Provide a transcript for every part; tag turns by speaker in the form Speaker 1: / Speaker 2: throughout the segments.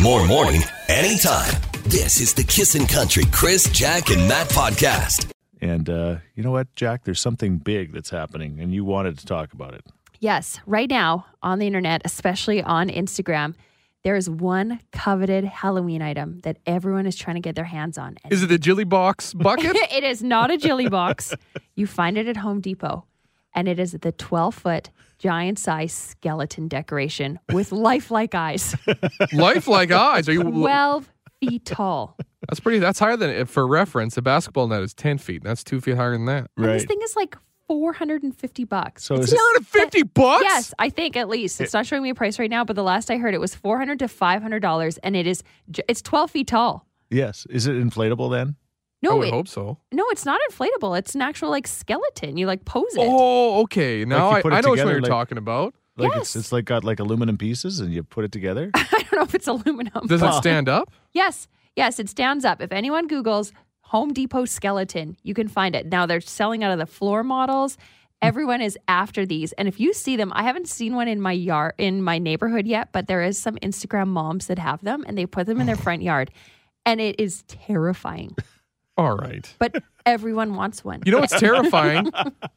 Speaker 1: More morning, anytime. This is the Kissin' Country Chris, Jack, and Matt podcast.
Speaker 2: And uh, you know what, Jack? There's something big that's happening, and you wanted to talk about it.
Speaker 3: Yes, right now on the internet, especially on Instagram, there is one coveted Halloween item that everyone is trying to get their hands on. And
Speaker 4: Is it the Jilly Box bucket?
Speaker 3: it is not a jilly box. You find it at Home Depot, and it is the 12 foot giant size skeleton decoration with lifelike eyes,
Speaker 4: Lifelike eyes. Are you?
Speaker 3: 12 feet tall.
Speaker 4: That's pretty. That's higher than for reference. A basketball net is ten feet. That's two feet higher than that.
Speaker 3: And this thing is like 450 bucks.
Speaker 2: So
Speaker 3: It's
Speaker 2: is it-
Speaker 4: Four hundred and fifty bucks.
Speaker 3: Yes, I think at least it's not showing me a price right now, but the last I heard it was four hundred to five hundred dollars, and it is j- it's twelve feet tall.
Speaker 2: Yes. Is it inflatable then?
Speaker 4: I
Speaker 3: No,
Speaker 4: would
Speaker 3: it-
Speaker 4: hope so.
Speaker 3: no, it's not inflatable. It's an actual like skeleton. You like pose it.
Speaker 4: Oh, okay. Now
Speaker 2: you put
Speaker 4: I,
Speaker 2: it
Speaker 4: I know which one
Speaker 2: together,
Speaker 4: you're
Speaker 2: like-
Speaker 4: talking about.
Speaker 2: Like
Speaker 3: Yes.
Speaker 2: it's it's like got like aluminum pieces, and you put it together.
Speaker 3: I don't know if it's aluminum.
Speaker 4: Does it
Speaker 3: but-
Speaker 4: stand up?
Speaker 3: Yes, yes, it stands up. If anyone Google's Home Depot skeleton, you can find it. Now they're selling out of the floor models.
Speaker 4: Hmm.
Speaker 3: Everyone is after these, and if you see them, I haven't seen one in my yard in my neighborhood yet, but there is some Instagram moms that have them, and they put them in their
Speaker 4: Oh.
Speaker 3: front yard, and it is terrifying.
Speaker 4: All right.
Speaker 3: But everyone wants one.
Speaker 4: You know what's terrifying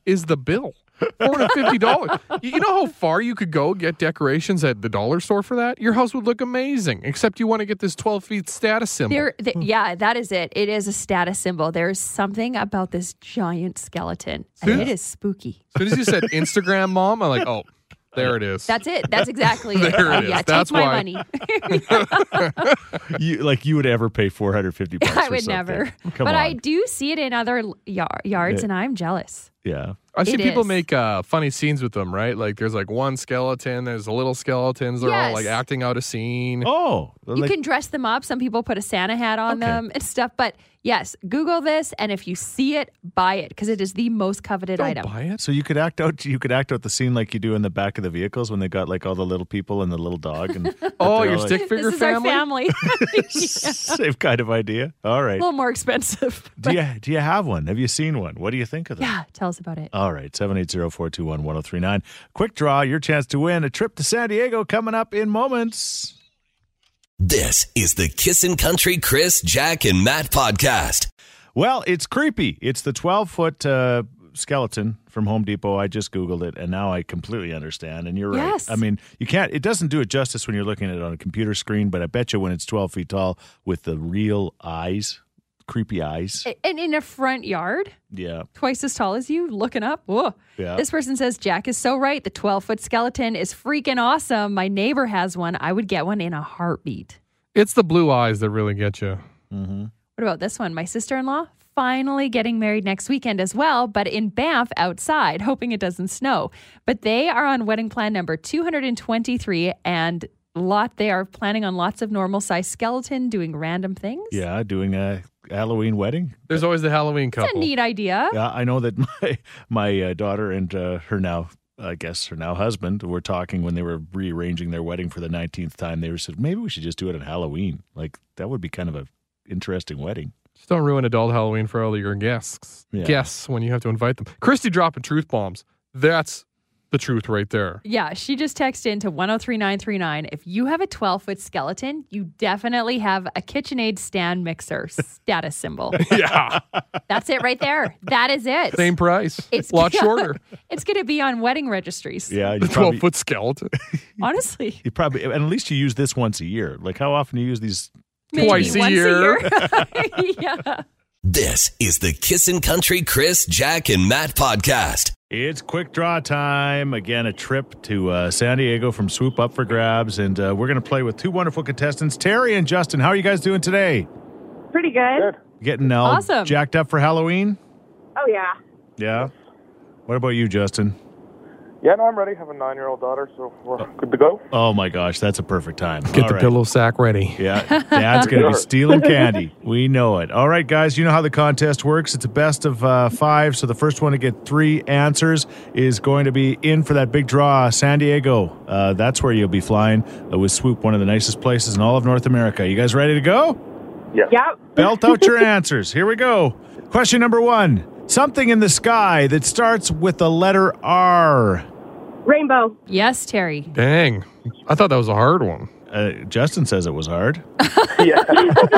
Speaker 4: is the bill. Four hundred fifty dollars. You you know how far you could go get decorations at the dollar store for that? Your house would look amazing, except you want to get this twelve feet status symbol.
Speaker 3: There, th- yeah, that is it. It is a status symbol. There is something about this giant skeleton, and
Speaker 4: Yeah.
Speaker 3: it is spooky.
Speaker 4: As soon as you said Instagram mom, I'm like, oh, there it is.
Speaker 3: That's it. That's exactly it.
Speaker 4: There it is.
Speaker 3: Yeah, take
Speaker 4: That's
Speaker 3: my
Speaker 4: why.
Speaker 3: money.
Speaker 2: you like you would ever pay 450 bucks?
Speaker 3: I
Speaker 2: for
Speaker 3: would
Speaker 2: something.
Speaker 3: never.
Speaker 2: Come on.
Speaker 3: but I do see it in other l- yar- yards,
Speaker 2: Yeah.
Speaker 3: and I'm jealous.
Speaker 2: yeah.
Speaker 4: I've seen
Speaker 3: It
Speaker 4: people
Speaker 3: is.
Speaker 4: make uh, funny scenes with them, right? Like there's like one skeleton, there's the little skeletons, they're all like
Speaker 3: Yes.
Speaker 4: acting out a scene.
Speaker 2: Oh,
Speaker 3: You
Speaker 2: like-
Speaker 3: can dress them up. Some people put a Santa hat on
Speaker 2: Okay.
Speaker 3: them and stuff. But yes, Google this, and if you see it, buy it because it is the most coveted
Speaker 4: Don't
Speaker 3: item.
Speaker 4: buy it.
Speaker 2: so you could act out. You could act out the scene like you do in the back of the vehicles when they got like all the little people and the little dog. And but
Speaker 4: Oh,
Speaker 2: they're
Speaker 4: your
Speaker 2: all,
Speaker 4: stick
Speaker 3: This
Speaker 4: figure
Speaker 3: is
Speaker 4: family?
Speaker 3: our family.
Speaker 2: like, same kind of idea. All
Speaker 3: a
Speaker 2: right.
Speaker 3: little more expensive.
Speaker 2: do you do you have one? Have you seen one? What do you think of them?
Speaker 3: Yeah, tell us about it.
Speaker 2: All right, 780-421-1039. Quick draw, your chance to win a trip to San Diego coming up in moments.
Speaker 1: This is the Kissin' Country Chris, Jack, and Matt podcast.
Speaker 2: Well, it's creepy. It's the 12-foot uh, skeleton from Home Depot. I just Googled it, and now I completely understand, and you're
Speaker 3: Yes.
Speaker 2: right. I mean, you can't – it doesn't do it justice when you're looking at it on a computer screen, but I bet you when it's 12 feet tall with the real eyes, creepy eyes,
Speaker 3: A- And in a front yard,
Speaker 2: yeah.
Speaker 3: twice as tall as you, looking up. Whoa.
Speaker 2: Yeah.
Speaker 3: This person says Jack is so right. The 12 foot skeleton is freaking awesome. My neighbor has one. I would get one in a heartbeat.
Speaker 4: It's the blue eyes that really get you.
Speaker 3: What about this one? My sister in law finally getting married next weekend as well, but in Banff outside, hoping it doesn't snow. But they are on wedding plan number 223 and lot they are planning on lots of normal size skeleton doing random things.
Speaker 2: Yeah, doing a Halloween wedding.
Speaker 4: There's always the Halloween
Speaker 3: It's a
Speaker 4: couple.
Speaker 3: neat idea.
Speaker 2: Yeah, I know that my my uh, daughter and uh, her now I guess her now husband were talking when they were rearranging their wedding for the nineteenth time. They were said maybe we should just do it on Halloween. Like that would be kind of a interesting wedding.
Speaker 4: Just don't ruin adult Halloween for all your guests.
Speaker 2: Yeah.
Speaker 4: Guests when you have to invite them. Christy dropping truth bombs. That's the truth right there.
Speaker 3: Yeah, she just texted into 103939. If you have a 12 foot skeleton, you definitely have a KitchenAid stand mixer status symbol.
Speaker 4: yeah.
Speaker 3: That's it right there. That is it.
Speaker 4: Same price.
Speaker 3: It's
Speaker 4: a lot shorter.
Speaker 3: It's going to be on wedding registries.
Speaker 2: Yeah, you
Speaker 4: The 12
Speaker 2: probably,
Speaker 4: foot skeleton.
Speaker 3: Honestly.
Speaker 2: you probably and at least you use this once a year. Like how often do you use these?
Speaker 3: Maybe
Speaker 4: Twice a
Speaker 3: once
Speaker 4: year.
Speaker 3: a year. yeah.
Speaker 1: This is the Kissin' Country Chris, Jack, and Matt podcast.
Speaker 2: It's quick draw time. Again, a trip to uh, San Diego from Swoop up for grabs, and uh, we're going to play with two wonderful contestants, Terry and Justin. How are you guys doing today?
Speaker 5: Pretty good.
Speaker 2: Getting all
Speaker 3: Awesome.
Speaker 2: jacked up for Halloween?
Speaker 5: Oh yeah.
Speaker 2: Yeah. What about you, Justin?
Speaker 6: Yeah, no, I'm ready. I have a nine-year-old daughter, so we're good to go.
Speaker 2: Oh my gosh, that's a perfect time.
Speaker 4: Get
Speaker 2: All
Speaker 4: the
Speaker 2: right.
Speaker 4: pillow sack ready.
Speaker 2: Yeah, Dad's going to be stealing candy. We know it. All right, guys, you know how the contest works. It's a best of uh, five. So the first one to get three answers is going to be in for that big draw, San Diego. Uh, that's where you'll be flying uh, with Swoop, one of the nicest places in all of North America. You guys ready to go?
Speaker 5: Yep.
Speaker 2: Belt out your answers. Here we go. Question number one Something in the sky that starts with the letter R.
Speaker 5: Rainbow.
Speaker 3: Yes, Terry.
Speaker 4: Dang. I thought that was a hard one.
Speaker 2: Uh, Justin says it was hard.
Speaker 6: yeah.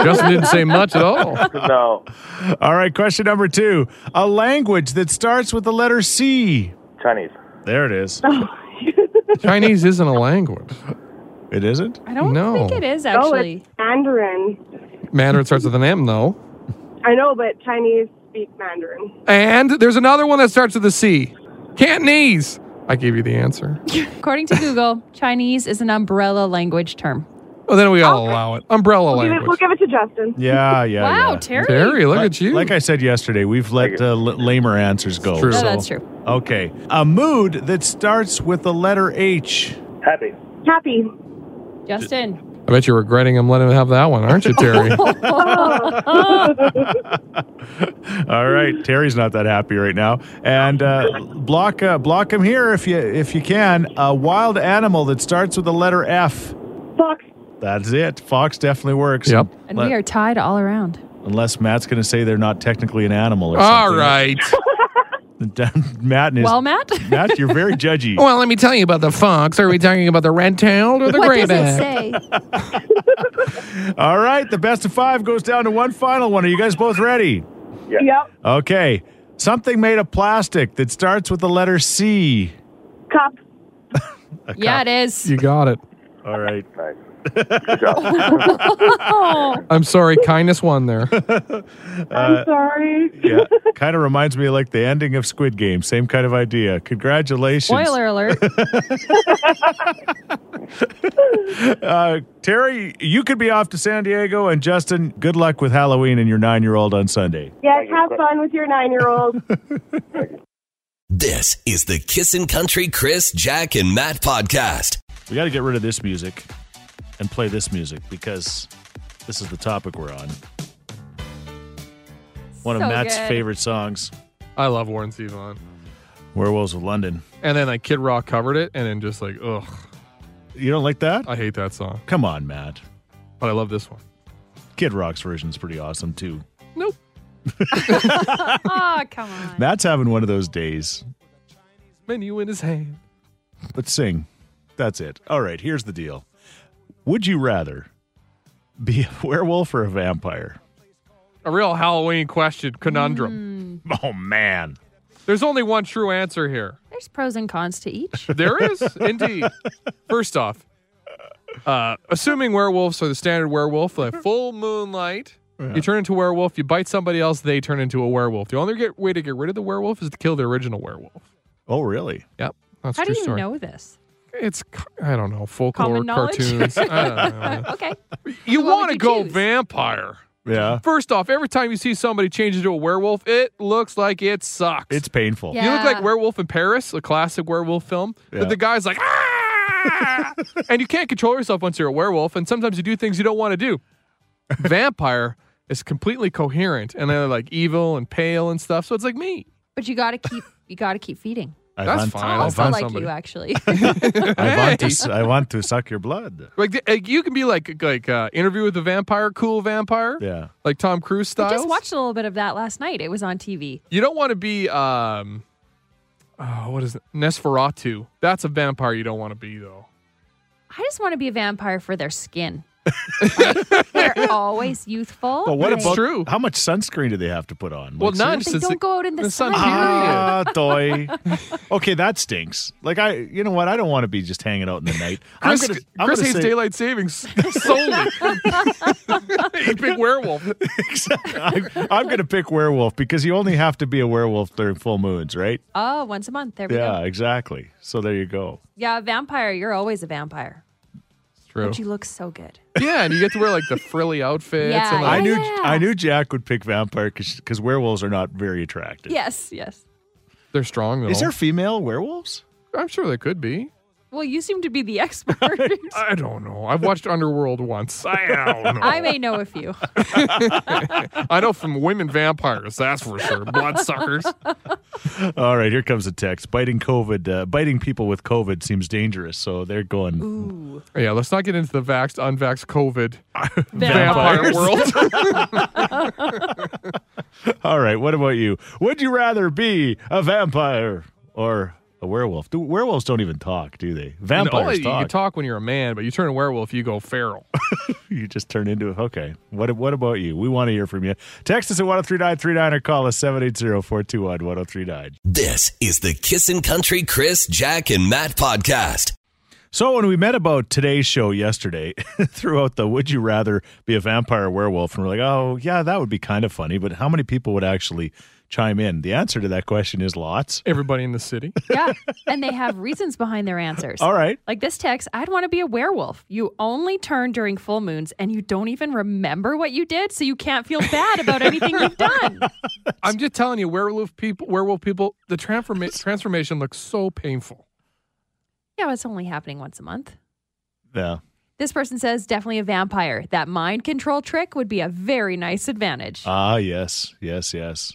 Speaker 4: Justin didn't say much at all.
Speaker 6: no.
Speaker 2: All right, question number two. A language that starts with the letter C.
Speaker 6: Chinese.
Speaker 2: There it is.
Speaker 4: Chinese isn't a language.
Speaker 2: It isn't?
Speaker 3: I don't
Speaker 4: No.
Speaker 3: think it is
Speaker 5: Oh,
Speaker 3: actually.
Speaker 5: it's Mandarin.
Speaker 4: Mandarin starts with an M, though.
Speaker 5: I know, but Chinese speak Mandarin.
Speaker 4: And there's another one that starts with a C. Cantonese. I gave you the answer.
Speaker 3: According to Google, Chinese is an umbrella language term.
Speaker 4: Well, then we all allow it. Umbrella
Speaker 5: We'll give, it, we'll
Speaker 4: language.
Speaker 5: give it to Justin.
Speaker 2: Yeah, yeah.
Speaker 3: wow,
Speaker 2: yeah.
Speaker 3: Terry.
Speaker 4: Terry, look at you.
Speaker 2: Like I said yesterday, we've let uh, l- lamer answers go.
Speaker 4: true.
Speaker 3: No,
Speaker 4: So-
Speaker 3: Oh, that's true.
Speaker 2: Okay. A mood that starts with the letter H.
Speaker 6: Happy.
Speaker 5: Happy.
Speaker 3: Justin.
Speaker 4: I bet you're regretting I'm letting him have that one, aren't you, Terry?
Speaker 2: All right, Terry's not that happy right now. And uh, block uh, block him here if you if you can. A wild animal that starts with the letter F.
Speaker 5: Fox.
Speaker 2: That's it. Fox definitely works.
Speaker 4: Yep.
Speaker 3: And
Speaker 2: Let-
Speaker 3: we are tied all around.
Speaker 2: Unless Matt's going to say they're not technically an animal or
Speaker 4: all
Speaker 2: something.
Speaker 4: right.
Speaker 2: Matt is
Speaker 3: Well, Matt,
Speaker 2: Matt, you're very judgy.
Speaker 4: Well, let me tell you about the fox. Are we talking about the red-tailed or the
Speaker 3: what does it
Speaker 4: gray-backed?
Speaker 3: say?
Speaker 2: All right, the best of five goes down to one final one. Are you guys both ready?
Speaker 5: Yep.
Speaker 2: Okay. Something made of plastic that starts with the letter C.
Speaker 5: Cup.
Speaker 3: yeah, it is.
Speaker 4: You got it.
Speaker 2: All right.
Speaker 6: Nice. Good job.
Speaker 3: Oh,
Speaker 4: I'm sorry. Kindness won there.
Speaker 5: I'm sorry.
Speaker 2: Yeah. kind of reminds me of like the ending of Squid Game. Same kind of idea. Congratulations.
Speaker 3: spoiler alert.
Speaker 2: Uh, Terry, you could be off to San Diego. And Justin, good luck with Halloween and your nine year old on Sunday.
Speaker 5: Yes, have fun with your nine-year-old.
Speaker 1: This is the Kissin' Country Chris, Jack, and Matt podcast.
Speaker 2: We got to get rid of this music and play this music because this is the topic we're on. One of
Speaker 3: So
Speaker 2: Matt's
Speaker 3: good.
Speaker 2: favorite songs,
Speaker 4: I love Warren Zevon.
Speaker 2: Werewolves of London.
Speaker 4: And then like Kid Rock covered it, and then just like, ugh,
Speaker 2: You don't like that?
Speaker 4: I hate that song.
Speaker 2: Come on, Matt.
Speaker 4: But I love this one.
Speaker 2: Kid Rock's version's pretty awesome too.
Speaker 4: Nope.
Speaker 3: Oh, come on.
Speaker 2: Matt's having one of those days.
Speaker 4: Menu in his hand.
Speaker 2: Let's sing. That's it. All right, here's the deal. Would you rather be a werewolf or a vampire?
Speaker 4: A real Halloween question conundrum.
Speaker 2: Oh man.
Speaker 4: There's only one true answer here.
Speaker 3: There's pros and cons to each.
Speaker 4: There is, indeed. First off, uh, assuming werewolves are the standard werewolf, like full moonlight, you turn into a werewolf, you bite somebody else, they turn into a werewolf. The only get, way to get rid of the werewolf is to kill the original werewolf.
Speaker 2: Oh really?
Speaker 4: Yep. That's
Speaker 3: How
Speaker 4: a true
Speaker 3: do you
Speaker 4: story.
Speaker 3: know this?
Speaker 4: It's, c- I don't know, folklore,
Speaker 3: Common knowledge?
Speaker 4: cartoons. I don't know.
Speaker 3: Okay.
Speaker 4: You
Speaker 3: Well, we
Speaker 4: want to
Speaker 3: could
Speaker 4: go
Speaker 3: choose.
Speaker 4: vampire.
Speaker 2: Yeah.
Speaker 4: First off, every time you see somebody change into a werewolf, it looks like it sucks.
Speaker 2: It's painful.
Speaker 3: Yeah.
Speaker 4: you look like Werewolf in Paris, a classic werewolf film.
Speaker 2: Yeah.
Speaker 4: But the guy's like, ah! and you can't control yourself once you're a werewolf, and sometimes you do things you don't want to do. Vampire is completely coherent, and they're like evil and pale and stuff. So it's like me.
Speaker 3: But you gotta keep you gotta keep feeding.
Speaker 2: I
Speaker 4: That's
Speaker 2: want,
Speaker 4: fine.
Speaker 3: I
Speaker 4: I'll
Speaker 3: also
Speaker 4: find
Speaker 3: like
Speaker 4: somebody.
Speaker 3: you actually.
Speaker 2: I want to
Speaker 4: Hey!
Speaker 2: s- I want to suck your blood.
Speaker 4: Like, th- like, you can be like like uh, interview with a vampire, cool vampire,
Speaker 2: Yeah.
Speaker 4: like Tom Cruise
Speaker 3: I
Speaker 4: style.
Speaker 3: just watched a little bit of that last night. It was on TV.
Speaker 4: You don't want to be um oh, what is it? Nesferatu. That's a vampire you don't want to be though.
Speaker 3: I just want to be a vampire for their skin. Like, they're always youthful.
Speaker 2: But what
Speaker 3: They-
Speaker 2: about
Speaker 4: true.
Speaker 2: how much sunscreen do they have to put on?
Speaker 4: Well,
Speaker 2: Like,
Speaker 4: none
Speaker 3: They
Speaker 4: since
Speaker 3: don't go out in the,
Speaker 4: the
Speaker 3: sun.
Speaker 4: sun,
Speaker 2: Ah, toy. Okay, that stinks. Like I, you know what? I don't want to be just hanging out in the night. I'm
Speaker 4: Chris,
Speaker 2: gonna, I'm
Speaker 4: Chris
Speaker 2: gonna
Speaker 4: hates
Speaker 2: say-
Speaker 4: daylight savings solely. He's a big werewolf.
Speaker 2: I'm, I'm going to pick werewolf because you only have to be a werewolf during full moons, right?
Speaker 3: Oh, once a month. There we
Speaker 2: Yeah,
Speaker 3: go.
Speaker 2: exactly. So there you go.
Speaker 3: Yeah, a vampire. You're always a vampire.
Speaker 4: True.
Speaker 3: But you look so good.
Speaker 4: Yeah, and you get to wear like the frilly outfits.
Speaker 3: Yeah,
Speaker 4: and,
Speaker 2: I
Speaker 4: like,
Speaker 2: knew
Speaker 3: yeah.
Speaker 2: I knew Jack would pick vampire because werewolves are not very attractive.
Speaker 3: Yes, yes.
Speaker 4: They're strong though.
Speaker 2: Is there female werewolves?
Speaker 4: I'm sure there could be.
Speaker 3: Well, you seem to be the expert.
Speaker 4: I don't know. I've watched Underworld once. I don't know.
Speaker 3: I may know a few.
Speaker 4: I know from women vampires, that's for sure. Bloodsuckers.
Speaker 2: All right, here comes a text. Biting COVID, uh, biting people with COVID seems dangerous. So they're going
Speaker 3: Ooh.
Speaker 4: Yeah, let's not get into the vaxxed, unvaxxed COVID
Speaker 3: Vampires.
Speaker 4: vampire world.
Speaker 2: All right, what about you? Would you rather be a vampire or A werewolf. Do, werewolves don't even talk, do they? Vampires
Speaker 4: no, You
Speaker 2: talk.
Speaker 4: can talk when you're a man, but you turn a werewolf, you go feral.
Speaker 2: You just turn into a Okay. What What about you? We want to hear from you. Text us at 103939 or call us 780 421 1039.
Speaker 1: This is the Kissin' Country Chris, Jack, and Matt podcast.
Speaker 2: So, when we met about today's show yesterday, throughout the would you rather be a vampire or werewolf, and we're like, oh, yeah, that would be kind of funny, but how many people would actually chime in? The answer to that question is lots.
Speaker 4: Everybody in the city.
Speaker 3: Yeah. and they have reasons behind their answers.
Speaker 2: All right.
Speaker 3: Like this text, I'd want to be a werewolf. You only turn during full moons and you don't even remember what you did, so you can't feel bad about anything you've done.
Speaker 4: I'm just telling you, werewolf people, werewolf people, the transforma- transformation looks so painful.
Speaker 3: Yeah, it's only happening once a month.
Speaker 2: Yeah.
Speaker 3: This person says definitely a vampire. That mind control trick would be a very nice advantage.
Speaker 2: Ah, yes. Yes, yes.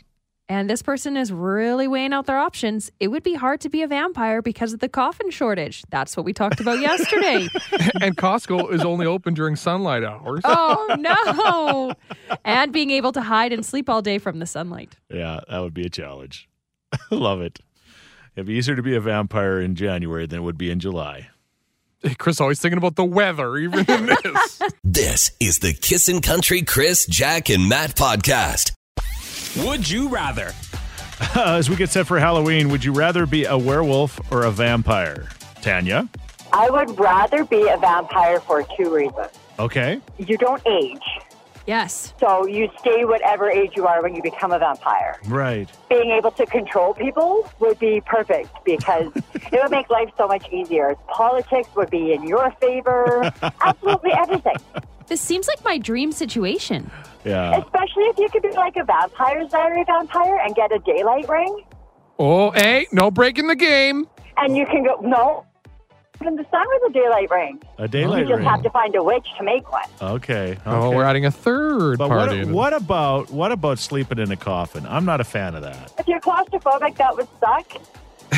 Speaker 3: and this person is really weighing out their options. It would be hard to be a vampire because of the coffin shortage. That's what we talked about yesterday.
Speaker 4: and Costco is only open during sunlight hours.
Speaker 3: oh no. And being able to hide and sleep all day from the sunlight.
Speaker 2: Yeah, that would be a challenge. Love it. It'd be easier to be a vampire in January than it would be in July.
Speaker 4: Chris always thinking about the weather, even in this.
Speaker 1: This is the Kissin' Country Chris, Jack, and Matt podcast.
Speaker 7: Would you rather?
Speaker 2: Uh, As we get set for Halloween, would you rather be a werewolf or a vampire? Tanya?
Speaker 8: I would rather be a vampire for two reasons.
Speaker 2: Okay.
Speaker 8: You don't age,
Speaker 3: Yes.
Speaker 8: so you stay whatever age you are when you become a vampire.
Speaker 2: Right.
Speaker 8: Being able to control people would be perfect because it would make life so much easier. Politics would be in your favor, absolutely everything.
Speaker 3: This seems like my dream situation.
Speaker 2: Yeah.
Speaker 8: Especially if you could be like a vampire's diary vampire and get a daylight ring,
Speaker 4: Oh, hey, no breaking the game.
Speaker 8: and you can go no. Even the sun with a daylight ring.
Speaker 2: A
Speaker 8: You
Speaker 2: daylight
Speaker 8: just
Speaker 2: ring.
Speaker 8: have to find a witch to make one.
Speaker 2: Okay.
Speaker 4: Oh,
Speaker 2: okay.
Speaker 4: we're adding a third
Speaker 2: But
Speaker 4: party.
Speaker 2: what, what about what about sleeping in a coffin? I'm not a fan of that.
Speaker 8: If you're claustrophobic, that would suck.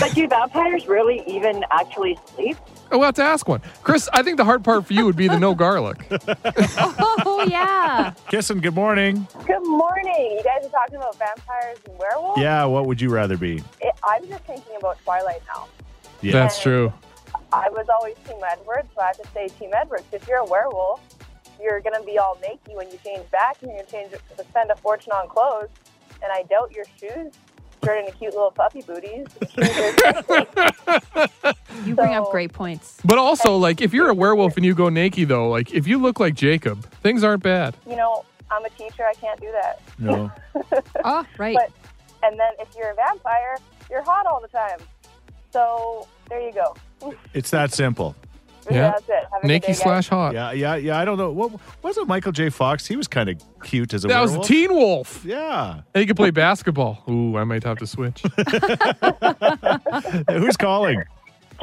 Speaker 8: But do vampires really even actually sleep?
Speaker 4: Oh, we'll have to ask one. Chris, I think the hard part for you would be the no garlic.
Speaker 3: Oh yeah.
Speaker 2: Kissing, good morning.
Speaker 5: Good morning. You guys are talking about vampires and werewolves.
Speaker 2: Yeah, what would you rather be?
Speaker 5: It, I'm just thinking about Twilight now.
Speaker 2: Yeah.
Speaker 4: That's true.
Speaker 5: I was always Team Edward, so I have to say Team Edward. 'cause If you're a werewolf, you're gonna be all naked when you change back, and you're gonna change spend a fortune on clothes. And I doubt your shoes turned into cute little puppy booties.
Speaker 3: You bring up
Speaker 5: So-
Speaker 3: great points.
Speaker 4: But also, like, if you're a werewolf and you go naked, though, like, if you look like Jacob, things aren't bad.
Speaker 5: you know, I'm a teacher. I can't do that.
Speaker 2: No.
Speaker 3: Oh, right.
Speaker 5: But- And then if you're a vampire, you're hot all the time. So there you go.
Speaker 2: It's that simple.
Speaker 4: Yeah.
Speaker 5: That's it. Have a good day,
Speaker 4: Naked
Speaker 5: guys.
Speaker 4: slash hot.
Speaker 2: Yeah, yeah, yeah. I don't know. What wasn't Michael J. Fox? He was kind of cute as a
Speaker 4: That was a
Speaker 2: werewolf.
Speaker 4: teen wolf.
Speaker 2: Yeah.
Speaker 4: And he could play basketball. Ooh, I might have to switch.
Speaker 2: Who's calling?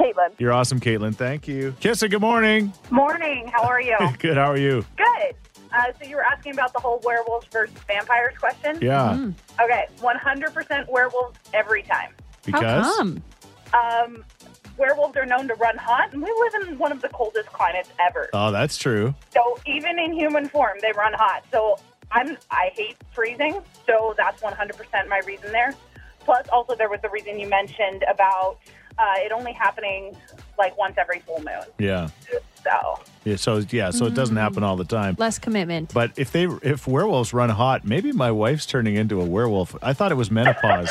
Speaker 5: Caitlin.
Speaker 2: You're awesome, Caitlin. Thank you. Kissa, good morning.
Speaker 9: Morning. How are you?
Speaker 2: Good. How are you?
Speaker 9: Good. Uh, so you were asking about the whole werewolves versus vampires question.
Speaker 2: Yeah.
Speaker 9: Okay. 100% werewolves every time.
Speaker 3: How
Speaker 2: Because
Speaker 3: come?
Speaker 9: Um, werewolves are known to run hot, and we live in one of the coldest climates ever.
Speaker 2: Oh, that's true.
Speaker 9: So even in human form, they run hot. So I'm I hate freezing. So that's 100% my reason there. Plus, also there was the reason you mentioned about uh, it only happening like once every full moon.
Speaker 2: Yeah.
Speaker 9: So
Speaker 2: yeah so yeah, so it doesn't happen all the time.
Speaker 3: Less commitment.
Speaker 2: But if they if werewolves run hot, maybe my wife's turning into a werewolf. I thought it was menopause.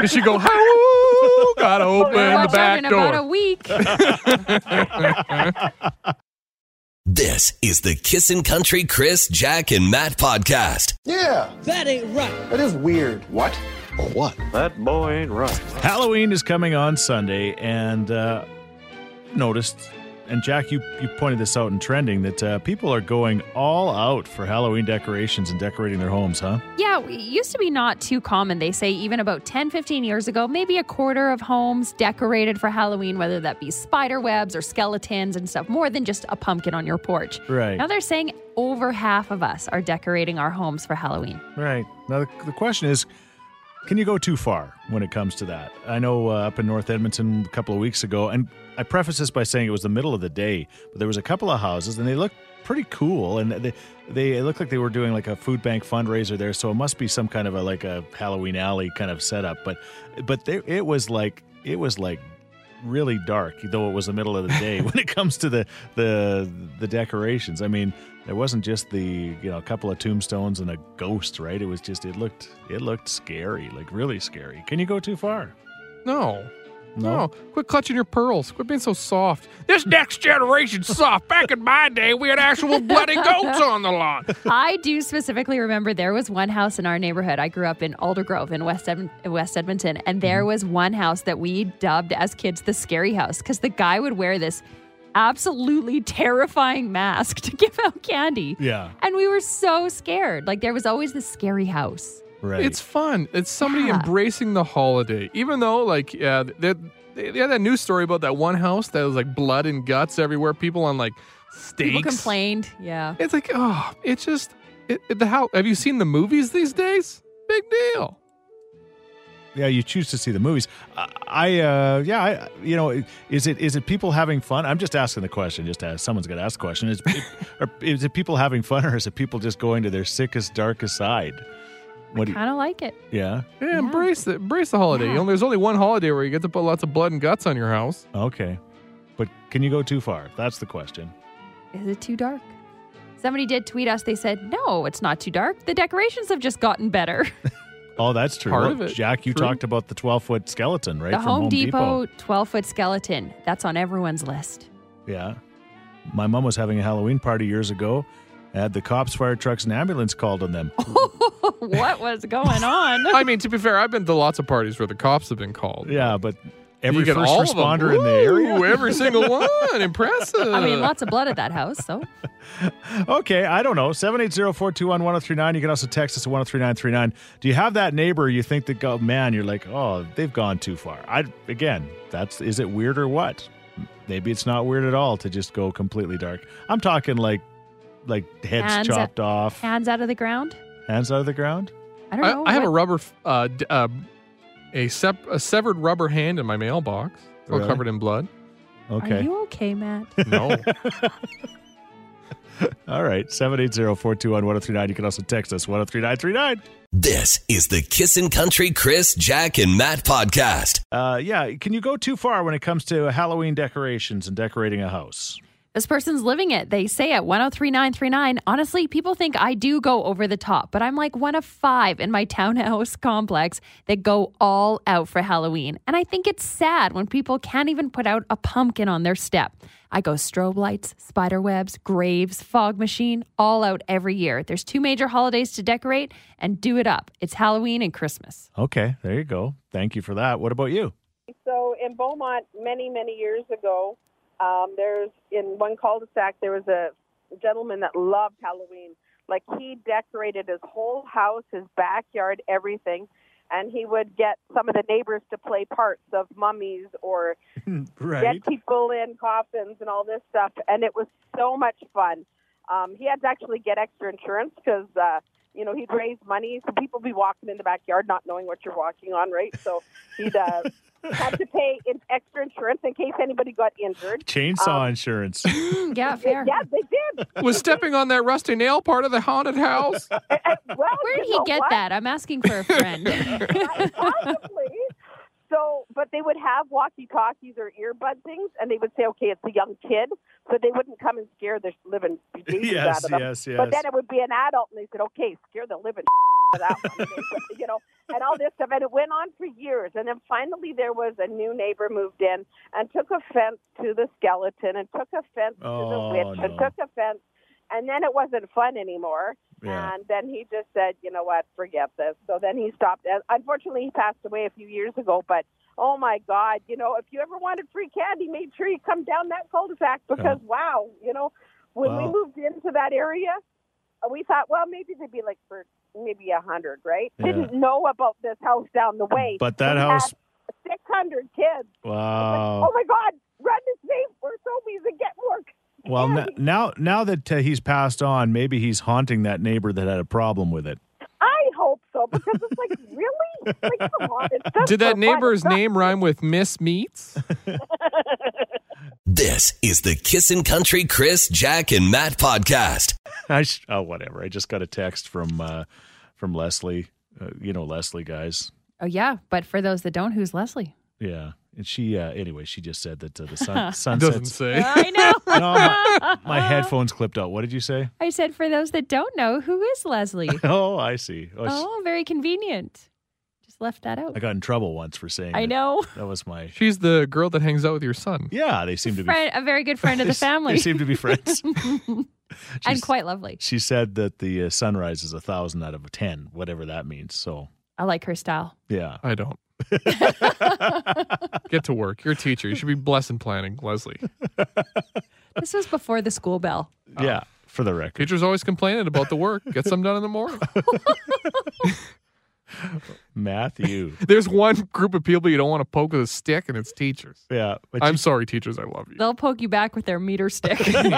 Speaker 4: Did she go, how? Gotta open the
Speaker 3: Watch out
Speaker 4: back
Speaker 3: in
Speaker 4: door.
Speaker 3: about a week.
Speaker 1: This is the Kissin' Country Chris, Jack, and Matt podcast.
Speaker 7: That ain't right.
Speaker 2: Halloween is coming on Sunday, and uh, noticed, and Jack, you, you pointed this out in trending that uh, people are going all out for Halloween decorations and decorating their homes, huh?
Speaker 3: Yeah, it used to be not too common. They say even about 10, 15 years ago, maybe a quarter of homes decorated for Halloween, whether that be spider webs or skeletons and stuff, more than just a pumpkin on your porch.
Speaker 2: Right.
Speaker 3: Now they're saying over half of us are decorating our homes for Halloween.
Speaker 2: Right. Now, the, the question is can you go too far when it comes to that? I know uh, up in North Edmonton a couple of weeks ago, and I preface this by saying it was the middle of the day, but there was a couple of houses and they looked pretty cool and they they it looked like they were doing like a food bank fundraiser there so it must be some kind of a like a Halloween alley kind of setup but but they, it was like it was like really dark, though it was the middle of the day. when it comes to the the the decorations, I mean, there wasn't just the you know a couple of tombstones and a ghost, right? It was just it looked it looked scary, like really scary. Can you go too far?
Speaker 4: No. No. Quit clutching your pearls. Quit being so soft. This next generation's soft. Back in my day, we had actual bloody goats on the lawn.
Speaker 3: I do specifically remember there was one house in our neighborhood. I grew up in Aldergrove in West, Ed- West Edmonton, and
Speaker 2: Mm-hmm.
Speaker 3: there was one house that we dubbed as kids the scary house because the guy would wear this absolutely terrifying mask to give out candy.
Speaker 2: Yeah,
Speaker 3: And we were so scared. Like there was always this scary house.
Speaker 2: right.
Speaker 4: It's fun. It's somebody
Speaker 3: Yeah.
Speaker 4: embracing the holiday. Even though, like, yeah, they, they, they had that news story about that one house that was like blood and guts everywhere. People on like stakes.
Speaker 3: People complained. Yeah.
Speaker 4: It's like, oh, it's just it, it- the how. Have you seen the movies these days? Big deal.
Speaker 2: yeah, you choose to see the movies. I, I uh, yeah, I, you know, is it is it people having fun? I'm just asking the question. Just as someone's going to ask the question, is, are, is it people having fun, or is it people just going to their sickest, darkest side? What do you,
Speaker 3: Kind of like it.
Speaker 2: yeah?
Speaker 4: Yeah, embrace the embrace the holiday. You know, there's only one holiday where you get to put lots of blood and guts on your house.
Speaker 2: Okay, but can you go too far? That's the question.
Speaker 3: Is it too dark? Somebody did tweet us. They said, no, it's not too dark. The decorations have just gotten better.
Speaker 2: Oh, that's true.
Speaker 4: Part of it.
Speaker 2: Jack, you
Speaker 4: True.
Speaker 2: talked about the 12 foot skeleton, right?
Speaker 3: the Home Depot 12 foot skeleton. That's on everyone's list.
Speaker 2: Yeah. My mom was having a Halloween party years ago. I had the cops, fire trucks, and ambulance called on them.
Speaker 4: Oh.
Speaker 3: what was going on?
Speaker 4: I mean, to be fair, I've been to lots of parties where the cops have been called.
Speaker 2: yeah, but every
Speaker 4: you get
Speaker 2: first
Speaker 4: all
Speaker 2: responder
Speaker 4: of them.
Speaker 2: in the area.
Speaker 4: Ooh, every single one. Impressive.
Speaker 3: I mean, lots of blood at that house, so
Speaker 2: Okay, I don't know. 780-421-1039. You can also text us at 103939. Do you have that neighbor you think that, go, man, you're like, oh, they've gone too far. I Again, that's is it weird or what? Maybe it's not weird at all to just go completely dark. I'm talking like like heads
Speaker 3: Hands up-
Speaker 2: chopped off,
Speaker 3: hands out of the ground.
Speaker 2: hands out of the ground.
Speaker 3: I don't
Speaker 4: I,
Speaker 3: know.
Speaker 4: I have a
Speaker 3: what-
Speaker 4: rubber, f- uh, d- uh, a, sep- a severed rubber hand in my mailbox, It's all
Speaker 2: Really?
Speaker 4: covered in blood.
Speaker 2: Okay.
Speaker 3: Are you okay, Matt?
Speaker 4: No,
Speaker 2: All right. 780-421-1039. You can also text us 103939.
Speaker 1: This is the Kissin' Country Chris, Jack, and Matt podcast.
Speaker 2: Uh, yeah, can you go too far when it comes to Halloween decorations and decorating a house?
Speaker 3: this person's living it. They say at 103939. Honestly, people think I do go over the top, but I'm like one of five in my townhouse complex that go all out for Halloween. And I think it's sad when people can't even put out a pumpkin on their step. I go strobe lights, spider webs, graves, fog machine, all out every year. There's two major holidays to decorate and do it up. It's Halloween and Christmas.
Speaker 2: Okay, there you go. Thank you for that. What about you?
Speaker 5: So in Beaumont, many, many years ago, um, there's in one cul-de-sac, there was a gentleman that loved Halloween. Like he decorated his whole house, his backyard, everything. And he would get some of the neighbors to play parts of mummies or get people in coffins and all this stuff. And it was so much fun. Um, he had to actually get extra insurance because, uh, you know, he'd raise money. So people be walking in the backyard not knowing what you're walking on, right? So he'd uh, have to pay in extra insurance in case anybody got injured.
Speaker 2: Chainsaw
Speaker 3: um,
Speaker 2: insurance.
Speaker 3: Yeah, fair.
Speaker 5: Yeah, they did.
Speaker 4: was stepping on that rusty nail part of the haunted house?
Speaker 5: Well,
Speaker 3: Where
Speaker 5: you
Speaker 3: did he
Speaker 5: know
Speaker 3: get
Speaker 5: what?
Speaker 3: that? I'm asking for a friend.
Speaker 5: Possibly. So, but they would have walkie talkies or earbud things, and they would say, okay, it's a young kid. So they wouldn't come and scare the living bejesus out
Speaker 2: yes,
Speaker 5: of them.
Speaker 2: yes, yes.
Speaker 5: But then it would be an adult, and they said, "Okay, scare the living out of that one," you know, and all this stuff. And it went on for years. And then finally, there was a new neighbor moved in and took offense to the skeleton, and took offense
Speaker 2: Oh,
Speaker 5: to the witch, and
Speaker 2: no.
Speaker 5: took offense. And then it wasn't fun anymore.
Speaker 2: yeah.
Speaker 5: And then he just said, "You know what? Forget this." So then he stopped. And unfortunately, he passed away a few years ago. But oh my God, you know, if you ever wanted free candy, make sure you come down that cul-de-sac because wow, you know, when
Speaker 2: Wow.
Speaker 5: we moved into that area, uh, we thought, well, maybe they'd be like for maybe a hundred, right?
Speaker 2: Yeah.
Speaker 5: Didn't know about this house down the way.
Speaker 2: But that
Speaker 5: We had
Speaker 2: house,
Speaker 5: 600 kids.
Speaker 2: wow.
Speaker 5: Oh my God, run to safe or sobeys and get more.
Speaker 2: Well, n- now now that uh, he's passed on, maybe he's haunting that neighbor that had a problem with it.
Speaker 5: I hope so because it's like really, like come on, it's just
Speaker 4: Did
Speaker 5: for
Speaker 4: that
Speaker 5: fun.
Speaker 4: neighbor's
Speaker 5: It's not-
Speaker 4: name rhyme with Miss Meats?
Speaker 1: This is the Kissin' Country Chris, Jack, and Matt podcast.
Speaker 2: I sh- oh, whatever. I just got a text from uh, from Leslie. Uh, you know Leslie, guys.
Speaker 3: oh, yeah. But for those that don't, who's Leslie?
Speaker 2: Yeah, And she, uh, anyway, she just said that uh, the sun
Speaker 4: Doesn't
Speaker 2: sunsets.
Speaker 4: say.
Speaker 3: I know.
Speaker 2: no, my, my headphones clipped out. What did you say?
Speaker 3: I said, for those that don't know, who is Leslie?
Speaker 2: Oh, I see. Oh, it's-
Speaker 3: oh, very convenient. Just left that out.
Speaker 2: I got in trouble once for saying.
Speaker 3: Oh. I
Speaker 2: that.
Speaker 3: know.
Speaker 2: That was my.
Speaker 4: She's the girl that hangs out with your son.
Speaker 2: Yeah, they seem to be.
Speaker 3: Friend, a very good friend of
Speaker 2: they
Speaker 3: the
Speaker 2: s-
Speaker 3: family.
Speaker 2: They seem to be friends.
Speaker 3: and
Speaker 2: She's-
Speaker 3: quite lovely.
Speaker 2: She said that the uh, sunrise is a thousand out of a ten, whatever that means. So
Speaker 3: I like her style.
Speaker 2: yeah,
Speaker 4: I don't. Get to work. You're a teacher. You should be blessing planning, Leslie.
Speaker 3: This was before the school bell.
Speaker 4: Uh,
Speaker 2: yeah. For the record,
Speaker 4: Teachers always complaining about the work. Get some done in the morning.
Speaker 2: Matthew.
Speaker 4: There's one group of people you don't want to poke with a stick, and it's teachers.
Speaker 2: Yeah, but
Speaker 4: I'm sorry, teachers. I love you.
Speaker 3: They'll poke you back with their meter stick.
Speaker 2: you-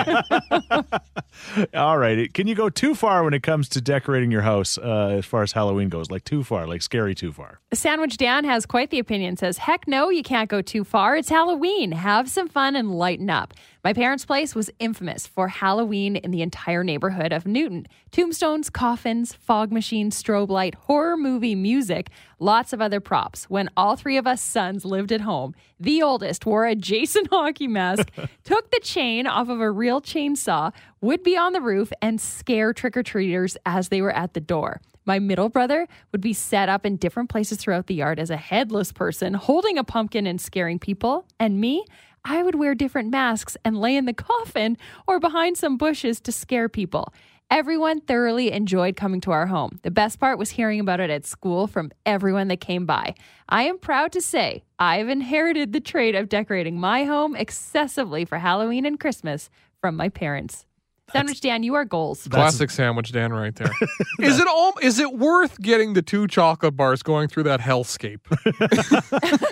Speaker 2: all right. Can you go too far when it comes to decorating your house uh, as far as Halloween goes? Like too far, like scary too far.
Speaker 3: Sandwich Dan has quite the opinion. Says, heck no, you can't go too far. It's Halloween. Have some fun and lighten up. My parents' place was infamous for Halloween in the entire neighborhood of Newton. Tombstones, coffins, fog machines, strobe light, horror movie music, lots of other props. When all three of us sons lived at home, the oldest wore a Jason hockey mask, took the chain off of a real chainsaw, would be on the roof, and scare trick or treaters as they were at the door. My middle brother would be set up in different places throughout the yard as a headless person, holding a pumpkin and scaring people. And me, I would wear different masks and lay in the coffin or behind some bushes to scare people. Everyone thoroughly enjoyed coming to our home. The best part was hearing about it at school from everyone that came by. I am proud to say I've inherited the trait of decorating my home excessively for Halloween and Christmas from my parents. Sandwich Dan, you are goals.
Speaker 4: Classic sandwich Dan right there. is it all is it worth getting the two chocolate bars going through that hellscape?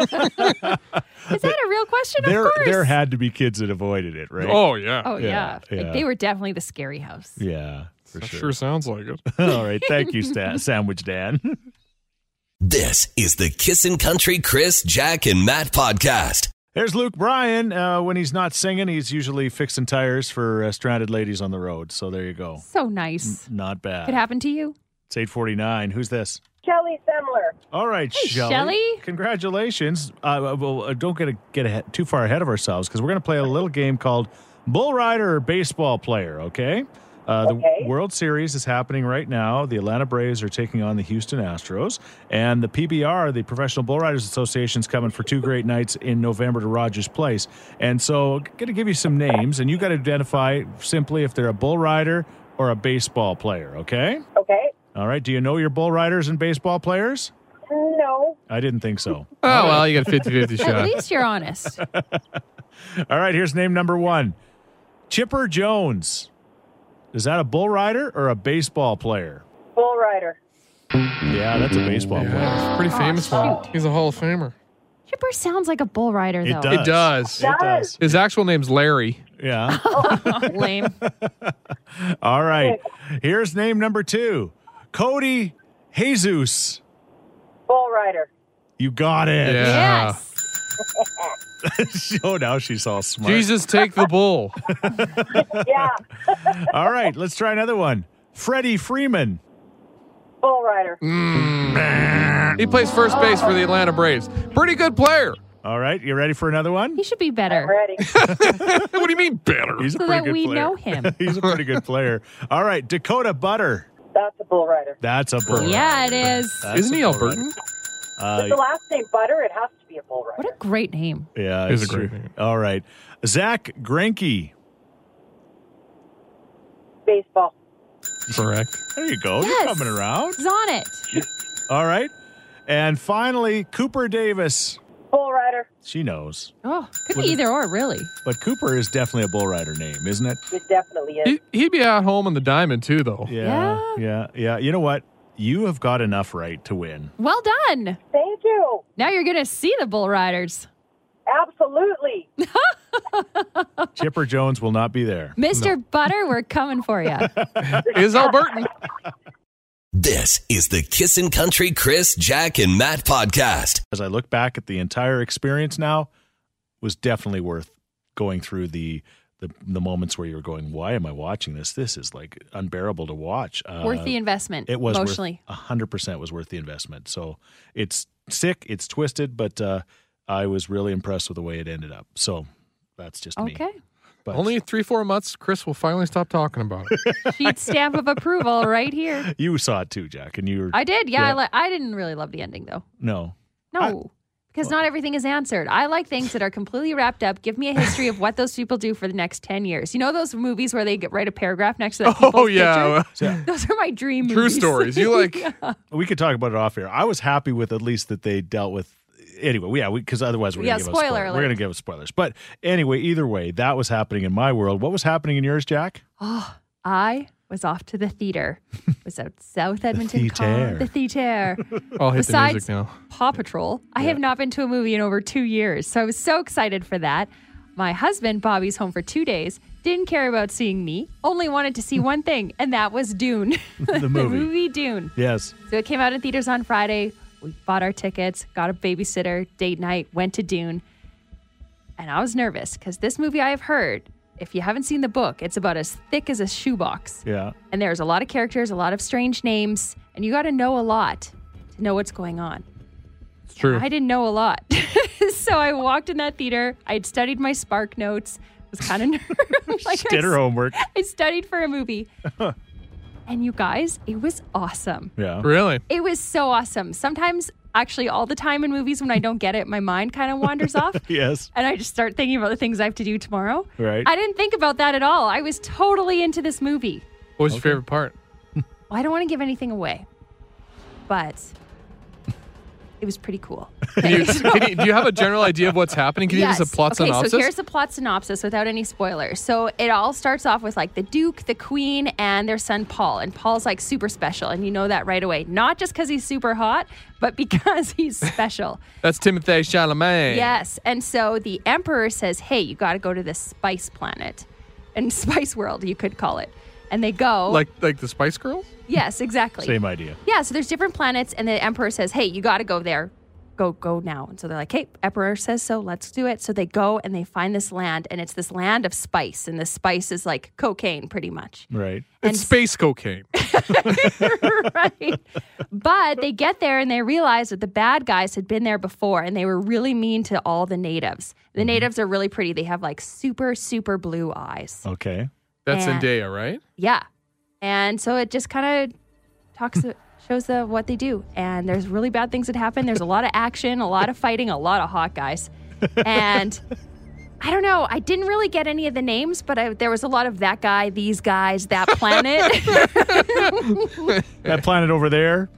Speaker 3: Is that a real question?
Speaker 2: There,
Speaker 3: of course.
Speaker 2: there had to be kids that avoided it, right?
Speaker 4: Oh yeah.
Speaker 3: Oh
Speaker 2: Yeah,
Speaker 3: yeah,
Speaker 2: yeah.
Speaker 3: Like, they were definitely the scary house.
Speaker 2: yeah, for
Speaker 4: That
Speaker 2: sure.
Speaker 4: sure sounds like it.
Speaker 2: All right, thank you, Stan, Sandwich Dan.
Speaker 1: This is the Kissin' Country Chris, Jack, and Matt podcast.
Speaker 2: There's Luke Bryan. Uh, when he's not singing, he's usually fixing tires for uh, stranded ladies on the road. So there you go.
Speaker 3: So nice.
Speaker 2: Not bad.
Speaker 3: Could happen to you.
Speaker 2: It's 849. Who's this?
Speaker 5: Shelly Semler.
Speaker 2: All right,
Speaker 3: Hey,
Speaker 2: Shelley.
Speaker 3: Shelley.
Speaker 2: Congratulations. Uh, well, uh, don't get, a, get ahead, too far ahead of ourselves because we're going to play a little game called Bull Rider or Baseball Player, okay? Uh, the
Speaker 5: Okay.
Speaker 2: World Series is happening right now. The Atlanta Braves are taking on the Houston Astros. And the PBR, the Professional Bull Riders Association, is coming for two great nights in November to Rogers Place. And so, going to give you some names, and you got to identify simply if they're a bull rider or a baseball player, okay?
Speaker 5: Okay.
Speaker 2: All right. Do you know your bull riders and baseball players?
Speaker 5: No.
Speaker 2: I didn't think so.
Speaker 4: Oh well, you got a
Speaker 3: At
Speaker 4: 50-50 shot.
Speaker 3: least you're honest.
Speaker 2: All right, here's name number one Chipper Jones. Is that a bull rider or a baseball player?
Speaker 5: Bull Rider.
Speaker 2: Yeah, that's a baseball
Speaker 4: Yeah, he's a pretty
Speaker 3: Oh,
Speaker 4: famous one.
Speaker 3: shoot.
Speaker 4: He's a Hall of Famer.
Speaker 3: Chipper sounds like a bull rider,
Speaker 2: player.
Speaker 3: though.
Speaker 4: It does.
Speaker 2: It does.
Speaker 4: His actual name's Larry.
Speaker 2: Yeah.
Speaker 3: Lame.
Speaker 2: All right. Here's name number two Cody Jesus.
Speaker 5: Bull Rider.
Speaker 2: You got it.
Speaker 4: Yeah.
Speaker 3: Yes.
Speaker 2: oh, now she's all smart.
Speaker 4: Jesus take the bull.
Speaker 5: Yeah.
Speaker 2: All right, let's try another one. Freddie Freeman.
Speaker 5: Bull Rider.
Speaker 4: He plays first base for the Atlanta Braves. Pretty good player.
Speaker 2: All right, you ready for another one?
Speaker 3: He should be better
Speaker 5: Ready.
Speaker 4: what do you mean better?
Speaker 2: He's a
Speaker 3: so
Speaker 2: pretty
Speaker 3: that
Speaker 2: good
Speaker 3: we
Speaker 2: player.
Speaker 3: know him.
Speaker 2: He's a pretty good player. All right, Dakota Butter.
Speaker 5: That's a Bull Rider.
Speaker 2: That's a bull.
Speaker 3: Yeah, it is.
Speaker 2: That's
Speaker 4: Isn't
Speaker 2: a
Speaker 4: he
Speaker 2: bull
Speaker 4: Albertan?
Speaker 2: rider.
Speaker 5: The
Speaker 2: Uh,
Speaker 5: last name Butter, it has to be a Bull
Speaker 3: What
Speaker 5: Rider.
Speaker 3: a great name.
Speaker 2: yeah,
Speaker 4: He's
Speaker 2: it's
Speaker 4: a great
Speaker 2: true.
Speaker 4: name.
Speaker 2: All right, Zach Granke.
Speaker 5: Baseball.
Speaker 4: Correct.
Speaker 2: There you go.
Speaker 3: Yes.
Speaker 2: Oh, You're coming around.
Speaker 3: He's on it.
Speaker 2: All right, and finally Cooper Davis.
Speaker 5: Bull Rider.
Speaker 2: She knows,
Speaker 3: Oh, could be either or, really.
Speaker 2: but Cooper is definitely a bull rider name, isn't it?
Speaker 5: It definitely is.
Speaker 4: He, he'd be out home on the diamond too, though.
Speaker 2: yeah, yeah. yeah. You know what? You have got enough right to win.
Speaker 3: Well done.
Speaker 5: Thank you.
Speaker 3: Now you're going to see the bull riders.
Speaker 5: Absolutely.
Speaker 2: Chipper Jones will not be there.
Speaker 3: Mr. Butter, we're coming for you.
Speaker 4: Is Albertan.
Speaker 1: This is the Kissin' Country Chris, Jack, and Matt podcast.
Speaker 2: as I look back at the entire experience now, was definitely worth going through the the, the moments where you're going, why am I watching this? This is like unbearable to watch. Uh,
Speaker 3: worth the investment.
Speaker 2: it was
Speaker 3: emotionally.
Speaker 2: worth hundred percent was worth the investment. So it's sick, it's twisted, but uh, I was really impressed with the way it ended up. So that's just me.
Speaker 3: Okay.
Speaker 2: But
Speaker 4: Only three, four months, Chris will finally stop talking about it.
Speaker 3: Sheet stamp of approval right here.
Speaker 2: you saw it too, Jack, and you were
Speaker 3: I did. Yeah,
Speaker 2: Yeah.
Speaker 3: I, li- I didn't really love the ending though.
Speaker 2: no.
Speaker 3: No. because not everything is answered. I like things that are completely wrapped up. Give me a history of what those people do for the next 10 years. You know those movies where they get, write a paragraph next to that
Speaker 4: oh
Speaker 3: people's
Speaker 4: yeah,
Speaker 3: picture?
Speaker 2: So,
Speaker 3: Those are my dream
Speaker 4: true
Speaker 3: movies.
Speaker 4: stories. You like
Speaker 2: we could talk about it off here. I was happy with at least that they dealt with. Anyway, yeah, because otherwise we're
Speaker 3: Yeah,
Speaker 2: gonna give
Speaker 3: spoiler
Speaker 2: out spoilers.
Speaker 3: alert.
Speaker 2: We're gonna give out spoilers. But anyway, either way, that was happening in my world. What was happening in yours, Jack?
Speaker 3: Oh, I was off to the theater. It was out South Edmonton. Con-
Speaker 2: theater.
Speaker 3: The theater.
Speaker 4: I'll hit
Speaker 3: Besides-
Speaker 4: the music now.
Speaker 3: Paw Patrol. I have not been to a movie in over two years, so I was so excited for that. My husband, Bobby's home for two days, didn't care about seeing me, only wanted to see one thing, and that was Dune.
Speaker 2: The movie.
Speaker 3: Dune.
Speaker 2: Yes.
Speaker 3: So it came out in theaters on Friday. We bought our tickets, got a babysitter, date night, went to Dune. And I was nervous because this movie I have heard, if you haven't seen the book, it's about as thick as a shoebox
Speaker 2: Yeah.
Speaker 3: and there's a lot of characters, a lot of strange names, and you got to know a lot to know what's going on.
Speaker 4: It's true.
Speaker 3: I didn't know a lot. so I walked in that theater. I had studied my spark notes. Was kind of nervous. like I,
Speaker 2: Did her homework.
Speaker 3: I studied for a movie. and you guys, it was awesome.
Speaker 2: Yeah.
Speaker 4: Really?
Speaker 3: It was so awesome. Sometimes, actually, all the time in movies when I don't get it, my mind kind of wanders off.
Speaker 2: Yes.
Speaker 3: And I just start thinking about the things I have to do tomorrow.
Speaker 2: Right.
Speaker 3: I didn't think about that at all. I was totally into this movie.
Speaker 4: What was your favorite part?
Speaker 3: Well, I don't want to give anything away, but it was pretty cool.
Speaker 4: Can you, can you, do you have a general idea of what's happening? Can you give us a plot
Speaker 3: okay,
Speaker 4: synopsis?
Speaker 3: so here's the plot synopsis without any spoilers. So it all starts off with like the Duke, the Queen, and their son Paul. And Paul's like super special, and you know that right away. Not just because he's super hot, but because he's special.
Speaker 4: That's Timothy Chalamet.
Speaker 3: Yes. And so the emperor says, hey, you got to go to this spice planet and spice world, you could call it. And they go.
Speaker 4: Like like the Spice Girls?
Speaker 3: yes, exactly.
Speaker 2: Same idea.
Speaker 3: Yeah, so there's different planets, and the emperor says, "Hey, you got to go there, go go now." And so they're like, "Hey, emperor says so, let's do it." So they go and they find this land, and it's this land of spice, and the spice is like cocaine, pretty much,
Speaker 2: Right.
Speaker 4: It's space cocaine.
Speaker 3: right? But they get there and they realize that the bad guys had been there before, and they were really mean to all the natives. The natives are really pretty; they have like super super blue eyes.
Speaker 2: Okay.
Speaker 4: That's
Speaker 3: And-
Speaker 4: Zendaya, right?
Speaker 3: Yeah. And so it just kind of talks shows the what they do. And there's really bad things that happen. There's a lot of action, a lot of fighting, a lot of hot guys. And I don't know. I didn't really get any of the names, but I, there was a lot of that guy, these guys, that planet.
Speaker 2: That planet over there.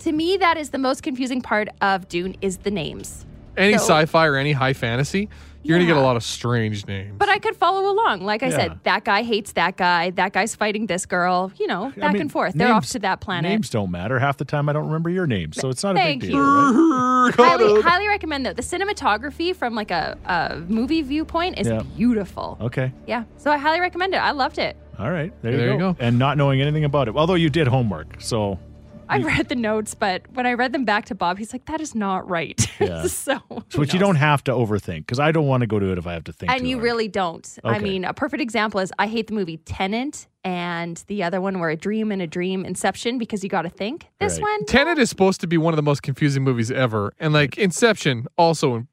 Speaker 3: to me, that is the most confusing part of Dune is the names.
Speaker 4: Any
Speaker 3: So-
Speaker 4: sci-fi or any high fantasy, you're gonna get a lot of strange names.
Speaker 3: But I could follow along. Like I
Speaker 2: Yeah.
Speaker 3: said, that guy hates that guy. That guy's fighting this girl. You know, back
Speaker 2: mean,
Speaker 3: and forth. They're off
Speaker 2: names-
Speaker 3: to that planet.
Speaker 2: Names don't matter. Half the time I don't remember your name, so it's not a big
Speaker 3: Thank
Speaker 2: deal.
Speaker 3: you.
Speaker 2: right?
Speaker 3: highly, highly recommend though. The cinematography from like a, a movie viewpoint is
Speaker 2: Yeah. Uh.
Speaker 3: beautiful.
Speaker 2: Okay.
Speaker 3: Yeah. So I highly recommend it. I loved it.
Speaker 2: All right. There,
Speaker 4: There you go.
Speaker 2: And not knowing anything about it. Although you did homework, so
Speaker 3: I read the notes, but when I read them back to Bob, he's like, "That is not right."
Speaker 2: Yeah.
Speaker 3: so,
Speaker 2: which you don't have to overthink because I don't want to go to it if I have to think.
Speaker 3: and
Speaker 2: too
Speaker 3: you
Speaker 2: hard.
Speaker 3: really don't. I
Speaker 2: Okay.
Speaker 3: mean, a perfect example is I hate the movie Tenant and the other one where a dream and a dream Inception because you got to think. This
Speaker 2: Right.
Speaker 3: one,
Speaker 4: Tenet is supposed to be one of the most confusing movies ever, and like Inception, also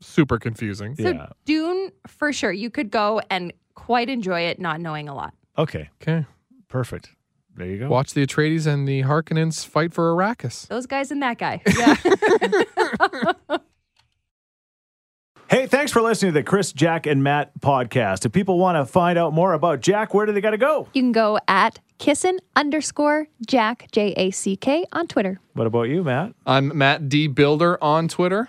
Speaker 4: super confusing.
Speaker 3: so
Speaker 2: Yeah.
Speaker 3: Dune for sure. You could go and quite enjoy it, not knowing a lot.
Speaker 2: Okay.
Speaker 4: Okay,
Speaker 2: Perfect. There you go.
Speaker 4: watch the Atreides and the Harkonnens fight for Arrakis.
Speaker 3: Those guys and that guy. Yeah.
Speaker 2: Hey, thanks for listening to the Chris, Jack, and Matt podcast. If people want to find out more about Jack, where do they got to go?
Speaker 3: You can go at kissin underscore Jack, J A C K, on Twitter.
Speaker 2: What about you, Matt?
Speaker 4: I'm Matt D Builder on Twitter.